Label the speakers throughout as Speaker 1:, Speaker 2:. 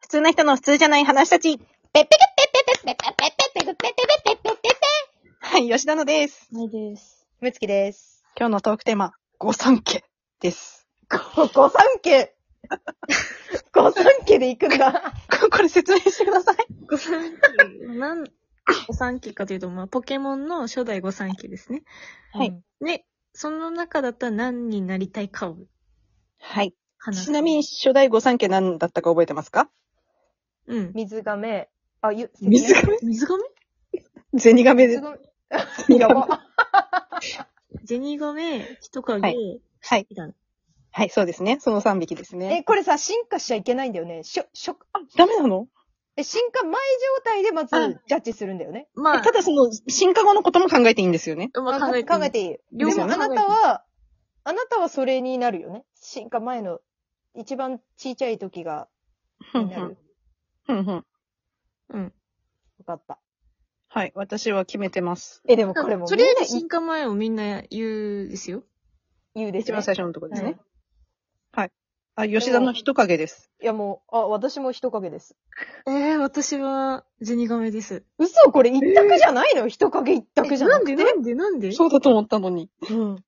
Speaker 1: 普通な人の普通じゃない話たち。
Speaker 2: ペッペケペッペペッペッペペペペペペペペペペペ
Speaker 1: はい、吉田のです。
Speaker 2: ないです。
Speaker 3: むつきです。
Speaker 1: 今日のトークテーマ、ご三家です。
Speaker 3: ご、ご三 家ご三家で行くか。
Speaker 1: ここれ説明してください。
Speaker 4: 五三家、なん、五三家かというと、まあ、ポケモンの初代五三家ですね。
Speaker 1: はい
Speaker 3: うん。
Speaker 4: で、その中だったら何になりたいかを
Speaker 1: はい。
Speaker 4: 話す。
Speaker 1: ちなみに、初代ご三家何だったか覚えてますか
Speaker 4: うん。
Speaker 3: 水亀。あ、ゆ、
Speaker 1: 水
Speaker 3: 亀
Speaker 1: 亀
Speaker 4: 水亀
Speaker 1: ゼニガメで
Speaker 3: 水。亀。やば。
Speaker 4: ゼニガメ、人影、
Speaker 1: ははい。
Speaker 4: いたの
Speaker 1: はい、そうですね。その3匹ですね。
Speaker 3: え、これさ、進化しちゃいけないんだよね。しょ、しょ、
Speaker 1: ダメなの
Speaker 3: え、進化前状態でまずジャッジするんだよね。
Speaker 4: ま
Speaker 1: えただその、進化後のことも考えていいんですよね。
Speaker 4: あ、まあ、
Speaker 3: あ
Speaker 4: 考えて
Speaker 3: 考えていい。で
Speaker 4: 両
Speaker 1: 方
Speaker 3: もあ
Speaker 1: 考えて
Speaker 3: なたは、あなたはそれになるよね。進化前の一番ちいちゃい時が、
Speaker 1: ふん
Speaker 3: に
Speaker 1: ふ
Speaker 3: なる
Speaker 1: ん。。ふんふん。
Speaker 4: うん。
Speaker 3: よかった。
Speaker 1: はい、私は決めてます。
Speaker 3: え、でもこれも
Speaker 4: とりあえず進化前をみんな言うですよ。
Speaker 3: 言うです
Speaker 1: 一
Speaker 3: ね
Speaker 1: 番。最初のとこです
Speaker 3: は
Speaker 1: ね
Speaker 3: い。
Speaker 1: はい。あ、吉田の人影です。
Speaker 3: いやもう、あ、私も人影です。
Speaker 4: えー、私はゼニガメです。
Speaker 3: 嘘これ一択じゃないのよ、人影一択じゃ
Speaker 4: な
Speaker 3: なんく
Speaker 4: で
Speaker 3: て。
Speaker 4: なんでなんで
Speaker 1: そうだと思ったのに。
Speaker 3: うん。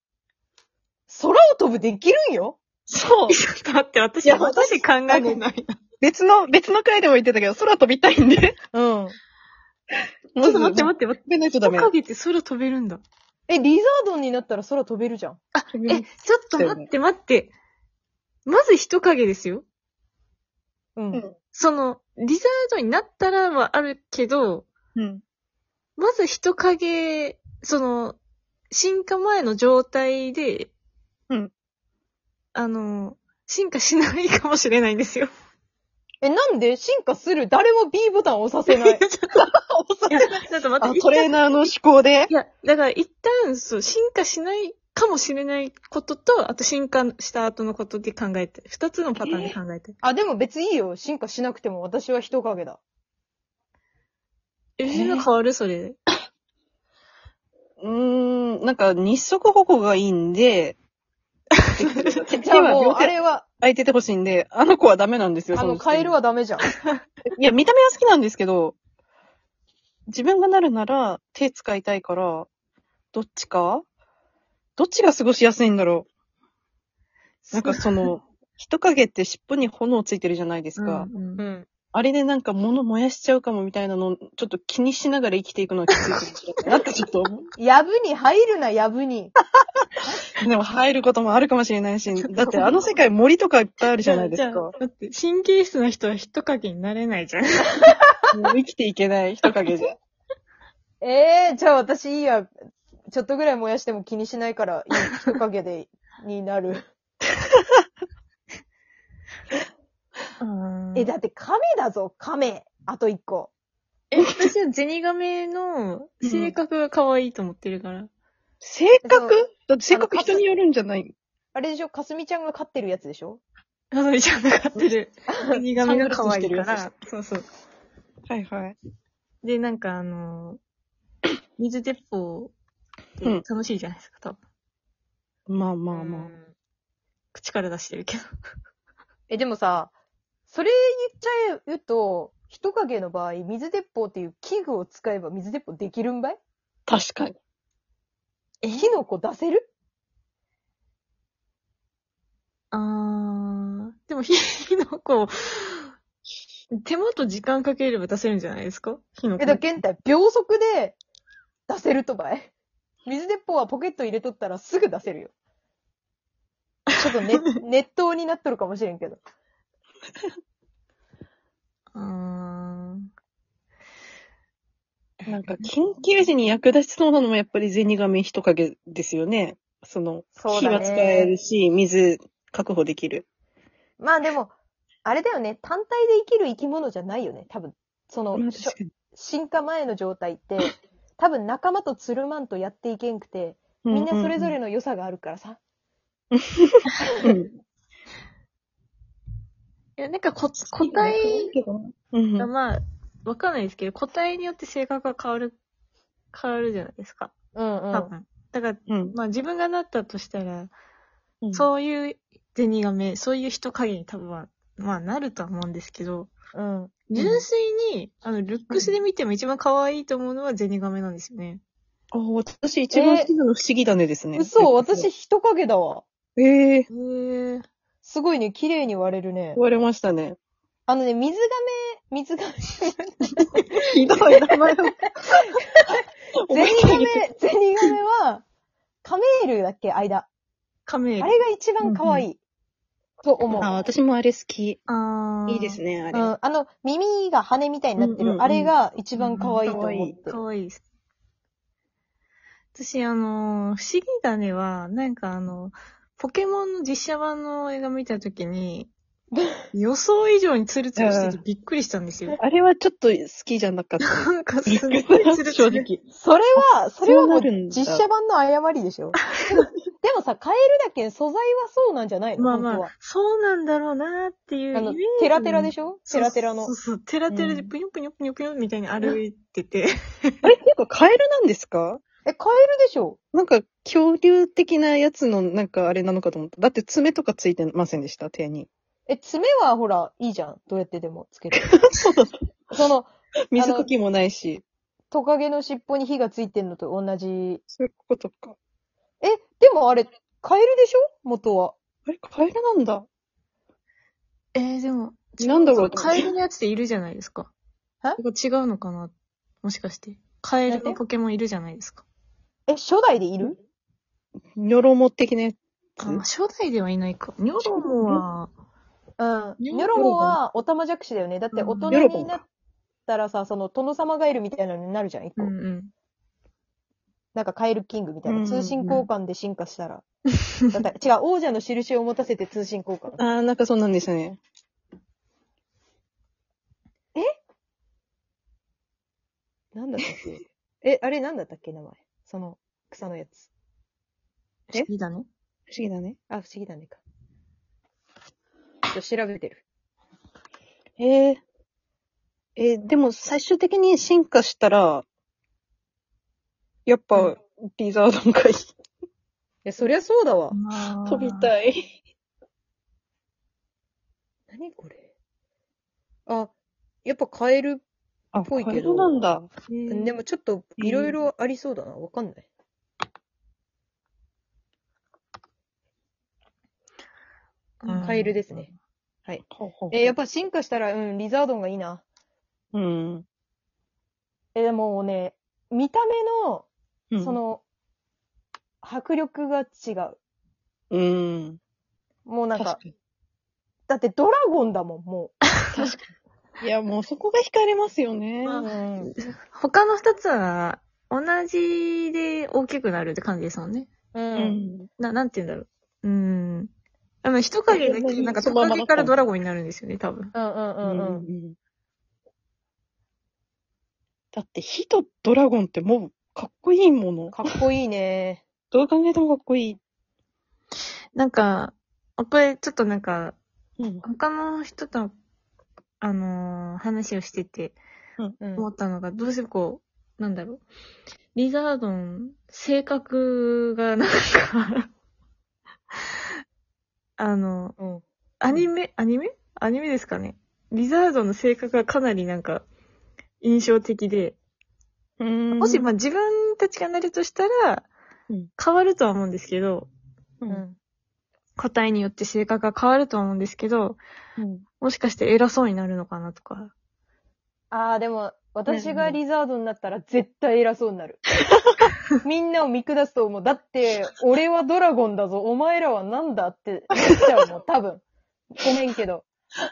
Speaker 3: 空を飛ぶできるんよ
Speaker 1: そう。
Speaker 4: ちょっと待って、私、
Speaker 1: いや
Speaker 4: 私考えてない。
Speaker 1: 別の、別の回でも言ってたけど、空飛びたいんで。
Speaker 3: うん。
Speaker 4: ちょっと待って待
Speaker 1: っ
Speaker 4: って待って。
Speaker 1: て。 ないとダ
Speaker 4: 人
Speaker 1: メだ。
Speaker 4: 影って空飛べるんだ。
Speaker 3: え、リザードンになったら空飛べるじゃん。
Speaker 4: え、ちょっと待って待って。まず人影ですよ。
Speaker 3: うん。
Speaker 1: うん
Speaker 4: その、リザードになったらはあるけど、
Speaker 1: うん。
Speaker 4: まず人影、その、進化前の状態で、
Speaker 1: うん。
Speaker 4: あの、進化しないかもしれないんですよ。
Speaker 3: え、なんで進化する誰も B ボタンを押させ ない。
Speaker 4: いや、ちょっと待
Speaker 1: あ、
Speaker 4: って。
Speaker 1: トレーナーの思考で
Speaker 4: い。や、だから一旦、そう、進化しないかもしれないことと、あと進化した後のことで考えて、二つのパターンで考えて。
Speaker 3: あ、でも別にいいよ。進化しなくても私は人影だ。
Speaker 4: え、みんな変わるそれ。
Speaker 1: うーん、なんか、日足歩行がいいんで、
Speaker 3: じゃあ
Speaker 1: 手は
Speaker 3: もう、
Speaker 1: 両手
Speaker 3: あれは、
Speaker 1: 空いててほしいんで、あの子はダメなんですよ。
Speaker 3: あ
Speaker 1: そ
Speaker 3: の、
Speaker 1: 時点で
Speaker 3: カエルはダメじゃん。
Speaker 1: いや、見た目は好きなんですけど、自分がなるなら、手使いたいから、どっちかどっちが過ごしやすいんだろうなんかそ の、人影って尻尾に炎ついてるじゃないですか。
Speaker 4: うんうん
Speaker 3: ん。
Speaker 1: あれでなんか物燃やしちゃうかもみたいなのを、ちょっと気にしながら生きていくのはきついかもしれないなってちょ っと思
Speaker 3: やぶに入るな、やぶに。
Speaker 1: う。でも入ることもあるかもしれないし、だってあの世界森とかいっぱいあるじゃないで
Speaker 4: じ
Speaker 1: す
Speaker 4: ゃあ
Speaker 1: か。
Speaker 4: だって、神経質な人は人影になれないじゃん。
Speaker 1: もう生きていけない人影 じゃ。
Speaker 3: ええー、じゃあ私いいや。ちょっとぐらい燃やしても気にしないから、いい人影で、になる。え、だって亀だぞ、亀。あと一個。
Speaker 4: え、私はゼニガメの性格が可愛いと思ってるから。
Speaker 1: 性格だって性格人によるんじゃない
Speaker 3: あれでしょ、かすみちゃんが飼ってるやつでしょ
Speaker 4: あ、それじゃなかってる。ゼニガメが可愛い
Speaker 1: サ
Speaker 4: か
Speaker 1: ングラス
Speaker 4: ら。そうそう。
Speaker 1: はいはい。
Speaker 4: で、なんかあのー水鉄砲って
Speaker 1: うん
Speaker 4: 楽しいじゃないですか、多分。
Speaker 1: まあまあまあ。
Speaker 4: 口から出してるけど。
Speaker 3: え、でもさ、それ言っちゃうと、人影の場合、水鉄砲っていう器具を使えば水鉄砲できるんばい
Speaker 1: 確かに。
Speaker 4: え
Speaker 3: 火の粉出せる
Speaker 4: あー、でも火の粉、手元時間かければ出せるんじゃないですか火の粉。
Speaker 3: え、だ、現代、秒速で出せるとばい水鉄砲はポケット入れとったらすぐ出せるよ。ちょ っとね、熱湯になっとるかもしれんけど。
Speaker 4: あー。
Speaker 1: なんか、緊急時に役立ちそうなのもやっぱりゼニガメ人影ですよね。その、
Speaker 3: そう
Speaker 1: 火
Speaker 3: だ
Speaker 1: は使える
Speaker 3: ね。
Speaker 1: し、水確保できる。
Speaker 3: まあでも、あれだよね、単体で生きる生き物じゃないよね、多分。その、
Speaker 1: まあ
Speaker 3: しょ
Speaker 1: 確かに
Speaker 3: 進化前の状態って、多分仲間とつるまんとやっていけんくて、
Speaker 1: う
Speaker 3: み
Speaker 1: うん
Speaker 3: なそれぞれの良さがあるからさ。
Speaker 1: うん。
Speaker 4: いや、なんかこ、個体
Speaker 1: うん
Speaker 4: がまあ、わかんないですけど、個体によって性格が変わる、変わるじゃないですか。
Speaker 3: うんう
Speaker 4: 多
Speaker 3: ん。
Speaker 4: 分。だから、
Speaker 1: うん。
Speaker 4: まあ自分がなったとしたら、
Speaker 1: うん
Speaker 4: そういうゼニガメ、そういう人影に多分は、まあなるとは思うんですけど、
Speaker 3: うん。
Speaker 4: 純粋に、あの、ルックスで見ても一番可愛いと思うのはゼニガメなんですよね。
Speaker 1: ああ、私一番好きなの不思議だねですね。
Speaker 3: 嘘、私。人影だわ。
Speaker 1: ええ
Speaker 4: へー。
Speaker 3: すごいね、綺麗に割れるね
Speaker 1: ー、。われました ね。
Speaker 3: あのね、水亀、水亀、
Speaker 1: ひどい名前を。
Speaker 3: ゼニガメ、ゼニガメは、カメールだっけ間。
Speaker 4: カメー
Speaker 3: あ
Speaker 4: ル。
Speaker 3: れが一番可愛い。と思う。
Speaker 1: あ、私もあれ好き。
Speaker 4: あー
Speaker 1: いいですね、あれ。
Speaker 3: うん、あの、耳が羽みたいになって
Speaker 1: うんうんうん
Speaker 3: る、あれが一番可愛いと思っ
Speaker 4: か
Speaker 3: て。
Speaker 4: わいいです。私、あの、不思議だねは、なんかあの、ポケモンの実写版の映画見たとき に、予想以上にツルツルしててびっくりしたんですよ。
Speaker 1: あれはちょっと好きじゃなかった。
Speaker 4: なんかすごいツルツル。
Speaker 1: 正直。
Speaker 3: それは、それはも
Speaker 1: そうな
Speaker 3: う
Speaker 1: るんだ
Speaker 3: 実写版の誤りで しょ。でもさ、変えるだけ素材はそうなんじゃないの
Speaker 4: まあま
Speaker 3: 本
Speaker 4: あ、そうなんだろうなっていうイ
Speaker 3: 当
Speaker 4: メ
Speaker 3: は。
Speaker 4: ー
Speaker 3: あの
Speaker 4: ジ。、
Speaker 3: テラテラでしょテラテラの
Speaker 4: そう。そうそう、テラテラでぷにょぷにょぷにょぷにょみたいに歩いてて。
Speaker 1: あれ結構カエルなんですか
Speaker 3: え、変えるでしょ
Speaker 1: なんか恐竜的なやつのなんかあれなのかと思った。だって爪とかついてませんでした、手 に。
Speaker 3: え、爪はほら、いいじゃん。どうやってでもつけて。
Speaker 1: そうだ。
Speaker 3: その、
Speaker 1: 水かきもないし。
Speaker 3: トカゲの尻尾に火がついてんのと同じ。
Speaker 1: そういうことか。
Speaker 3: え、でもあれ、カエルでしょ元は。
Speaker 1: あれ、カエルなんだ。
Speaker 4: えー、でも、
Speaker 1: なんだろうと思
Speaker 4: カ
Speaker 1: って
Speaker 4: エルのやつっているじゃないですか。
Speaker 3: え
Speaker 4: これ違うのかなもしかして。カエルのポケモンいるじゃないですか。
Speaker 3: え、初代でいる
Speaker 1: ニョロモ的なや
Speaker 4: あ、
Speaker 1: うん
Speaker 4: まあ初代ではいないか。ニョロモは、
Speaker 3: うん。
Speaker 4: ニ
Speaker 3: ニ
Speaker 4: ョロ
Speaker 3: ョロモはおたまじゃくしだよね。だって大人
Speaker 1: うんニョロモ
Speaker 3: になったらさ、その殿様ガエルみたいなのになるじゃん、一個。
Speaker 4: うんうん。
Speaker 3: なんかカエルキングみたい
Speaker 1: うん
Speaker 3: な。
Speaker 1: うんうん
Speaker 3: 通信交換で進化し たら。だった違う、王者の印を持たせて通信交換。
Speaker 1: あー、なんかそんなんでしたね。
Speaker 3: なんだったっけえ、あれなんだったっけ名前。その、草のやつ。
Speaker 1: え
Speaker 4: 不思議だね。
Speaker 1: 不思議だね。
Speaker 3: あ、不思議だねか。ちょっと調べてる。
Speaker 1: えー、えーでも最終的に進化したら、やっぱ、リザードンがいい
Speaker 3: いや、そりゃそうだわ。
Speaker 1: 飛
Speaker 4: 飛
Speaker 1: び
Speaker 4: い。
Speaker 1: たい。
Speaker 3: 何これ。あ、やっぱカエル、
Speaker 1: あ、
Speaker 3: ぽい
Speaker 1: カ
Speaker 3: けど
Speaker 1: エルなんだ。
Speaker 3: でもちょっといろいろありそうだな。わかんない。
Speaker 4: うん
Speaker 3: カエルですね。えーや
Speaker 1: え
Speaker 3: っぱ進化したら、うん、リザードンがいいな。
Speaker 1: うん。
Speaker 3: えーでもね、見た
Speaker 1: う
Speaker 3: 目
Speaker 1: ん
Speaker 3: の、そ、の、迫力が違う。
Speaker 1: うん。
Speaker 3: もうなん
Speaker 1: 確
Speaker 3: か
Speaker 1: か、に。
Speaker 3: だってドラゴンだもん、も
Speaker 1: いや、もうそこが惹かれますよね。
Speaker 3: う。
Speaker 4: まあ
Speaker 3: うん。
Speaker 4: 他の二つは、同じで大きくなるって感じですもんね。
Speaker 3: う。
Speaker 1: うんん。
Speaker 4: な、なんて言うんだろう。うん。あの、人影だけ、なんか、トカゲからドラゴンになるんですよね、多分。
Speaker 3: うんうんう
Speaker 1: うん
Speaker 3: うん。
Speaker 1: ん。だって、火とドラゴンってもう、かっこいいもの。
Speaker 3: かっこいいね。
Speaker 1: どう考えてもかっこいい。
Speaker 4: なんか、あこれ、ちょっとなんか、
Speaker 1: うん。
Speaker 4: 他の人と、あのー話をしてて
Speaker 3: うん。
Speaker 4: 思ったのが、どうしてもこう、なんだろう。リザードン、性格がなんか、あの、
Speaker 3: うん。
Speaker 4: アニメ、アニメアニメですかね。リザードンの性格がかなりなんか、印象的で、
Speaker 1: うん
Speaker 4: もし、まあ自分たちがなるとしたら
Speaker 1: うん、
Speaker 4: 変わるとは思うんですけど、
Speaker 1: う。
Speaker 3: うんん。
Speaker 4: 個体によって性格が変わるとは思うんですけど、もしかして偉そうになるのかなとか。
Speaker 3: あー、でも、私がリザードになったら絶対偉そうになる。みんなを見下すと思う。だって、俺はドラゴンだぞ、お前らはなんだってなっちゃうもん、多分。ごめんけど。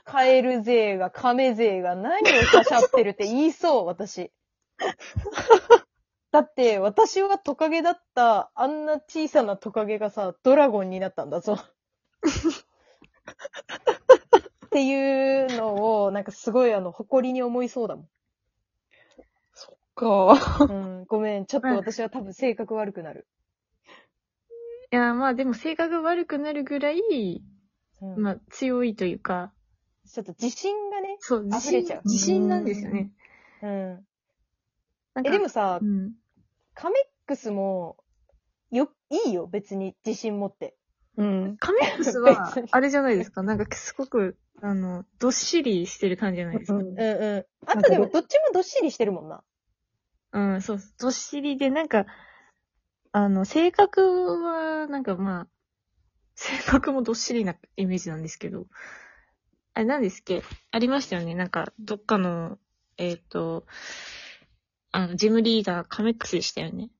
Speaker 3: カエル勢が、カメ勢が何をしゃしゃってるって言いそう、私。だって、私はトカゲだった、あんな小さなトカゲがさ、ドラゴンになったんだぞ。っていうのを、なんかすごいあの、誇りに思いそうだもん。
Speaker 1: そっか。
Speaker 3: うん、ごめん。ちょっと私は多分性格悪くなる。
Speaker 4: いや、まあでも性格悪くなるぐらい、
Speaker 3: うん
Speaker 4: まあ強いというか、
Speaker 3: ちょっと自信がね。
Speaker 4: そう、自
Speaker 3: 溢れ
Speaker 4: 信
Speaker 3: ちゃう、
Speaker 4: 自信なんですよね。
Speaker 3: うん。
Speaker 4: なん
Speaker 3: え、
Speaker 4: か
Speaker 3: でもさ
Speaker 4: う、 ん。
Speaker 3: カメックスも、よ、いいよ、別に自信持って。
Speaker 1: うん。
Speaker 4: カメックスは、あれじゃない ですか。なんかすごく、あの、どっしりしてる感じじゃないですか。
Speaker 3: うんうん。あとでも、どっちもどっしりしてるもんな。
Speaker 4: うん、そうそう。どっしりで、なんか、あの、性格は、なんかまあ、性格もどっしりなイメージなんですけど、あれなんですっけありましたよね。なんか、どっかの、えっ、と、あの、ジムリーダー、カメックスでしたよね。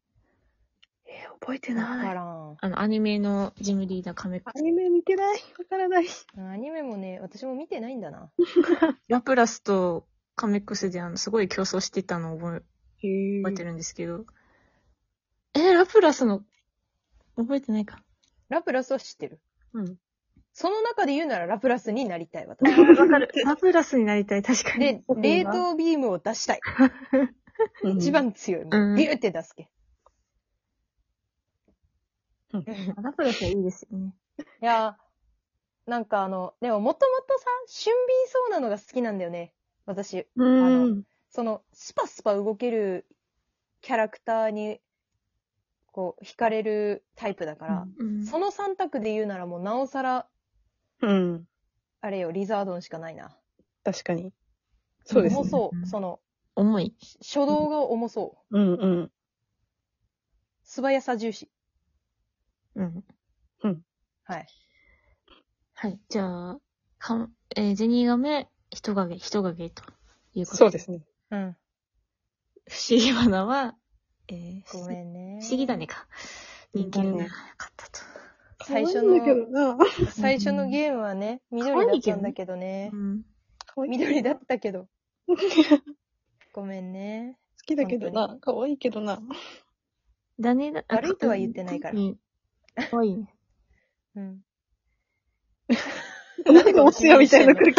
Speaker 4: えー覚えて
Speaker 3: わか
Speaker 4: ない。
Speaker 3: らん。
Speaker 4: あの、アニメのジムリーダー、カメック
Speaker 1: ア
Speaker 4: ス。
Speaker 1: ニメ見てない。わからない。
Speaker 3: アニメもね、私も見てないんだな。
Speaker 4: ラプラスとカメックスで、あの、すごい競争してたのを覚え
Speaker 1: へえ
Speaker 4: 覚えてるんですけど。えーラプラスの、覚えてないか。
Speaker 3: ラプラスは知ってる。
Speaker 4: うん。
Speaker 3: その中で言うならラプラスになりたい、 私。
Speaker 4: わかる。ラプラスになりたい、確かに。
Speaker 3: で、冷凍ビームを出したい。一。番強い。も
Speaker 4: う
Speaker 3: うんビューって出すけ。
Speaker 1: う
Speaker 3: うんんい
Speaker 4: ラプラスはいいですよね。
Speaker 3: やー、なんかあの、でももともとさ、俊敏そうなのが好きなんだよね。私、
Speaker 4: う
Speaker 3: ー
Speaker 4: ん。
Speaker 3: その、スパスパ動けるキャラクターに、こう、惹かれるタイプだから、
Speaker 4: うん
Speaker 3: その3択で言うならもうなおさら、
Speaker 1: うん。
Speaker 3: あれよ、リザードンしかないな。
Speaker 1: 確かに。そうです
Speaker 3: 重
Speaker 1: ね。
Speaker 3: そうう。
Speaker 4: ん
Speaker 3: その、
Speaker 4: 重い。
Speaker 3: 初動が重そう。
Speaker 1: うんうん。
Speaker 3: 素早さ重視。
Speaker 4: うん。
Speaker 3: はい。
Speaker 4: はい。じゃあ、かん、えー、ゼニガメ、人影、人影ということ
Speaker 1: そうですね。
Speaker 3: うん。
Speaker 4: 不思議花は、えー、
Speaker 3: ご
Speaker 4: ん。
Speaker 3: めんね。
Speaker 4: 不思議だ。ねか。人気がなかったと。
Speaker 3: 最初
Speaker 1: 可愛いんだけ
Speaker 3: の、
Speaker 1: どな。
Speaker 3: 最初のゲームはね、緑だったんだけどね
Speaker 4: う。ん。
Speaker 1: 可愛い
Speaker 3: 緑だったけど。ごめんね。
Speaker 1: 好きだけどな。可愛いけどな。
Speaker 4: だねだ、
Speaker 3: 悪いとは言ってないから
Speaker 4: うん。可愛いね。
Speaker 3: うん。
Speaker 1: なんかお世話みたいなの来る。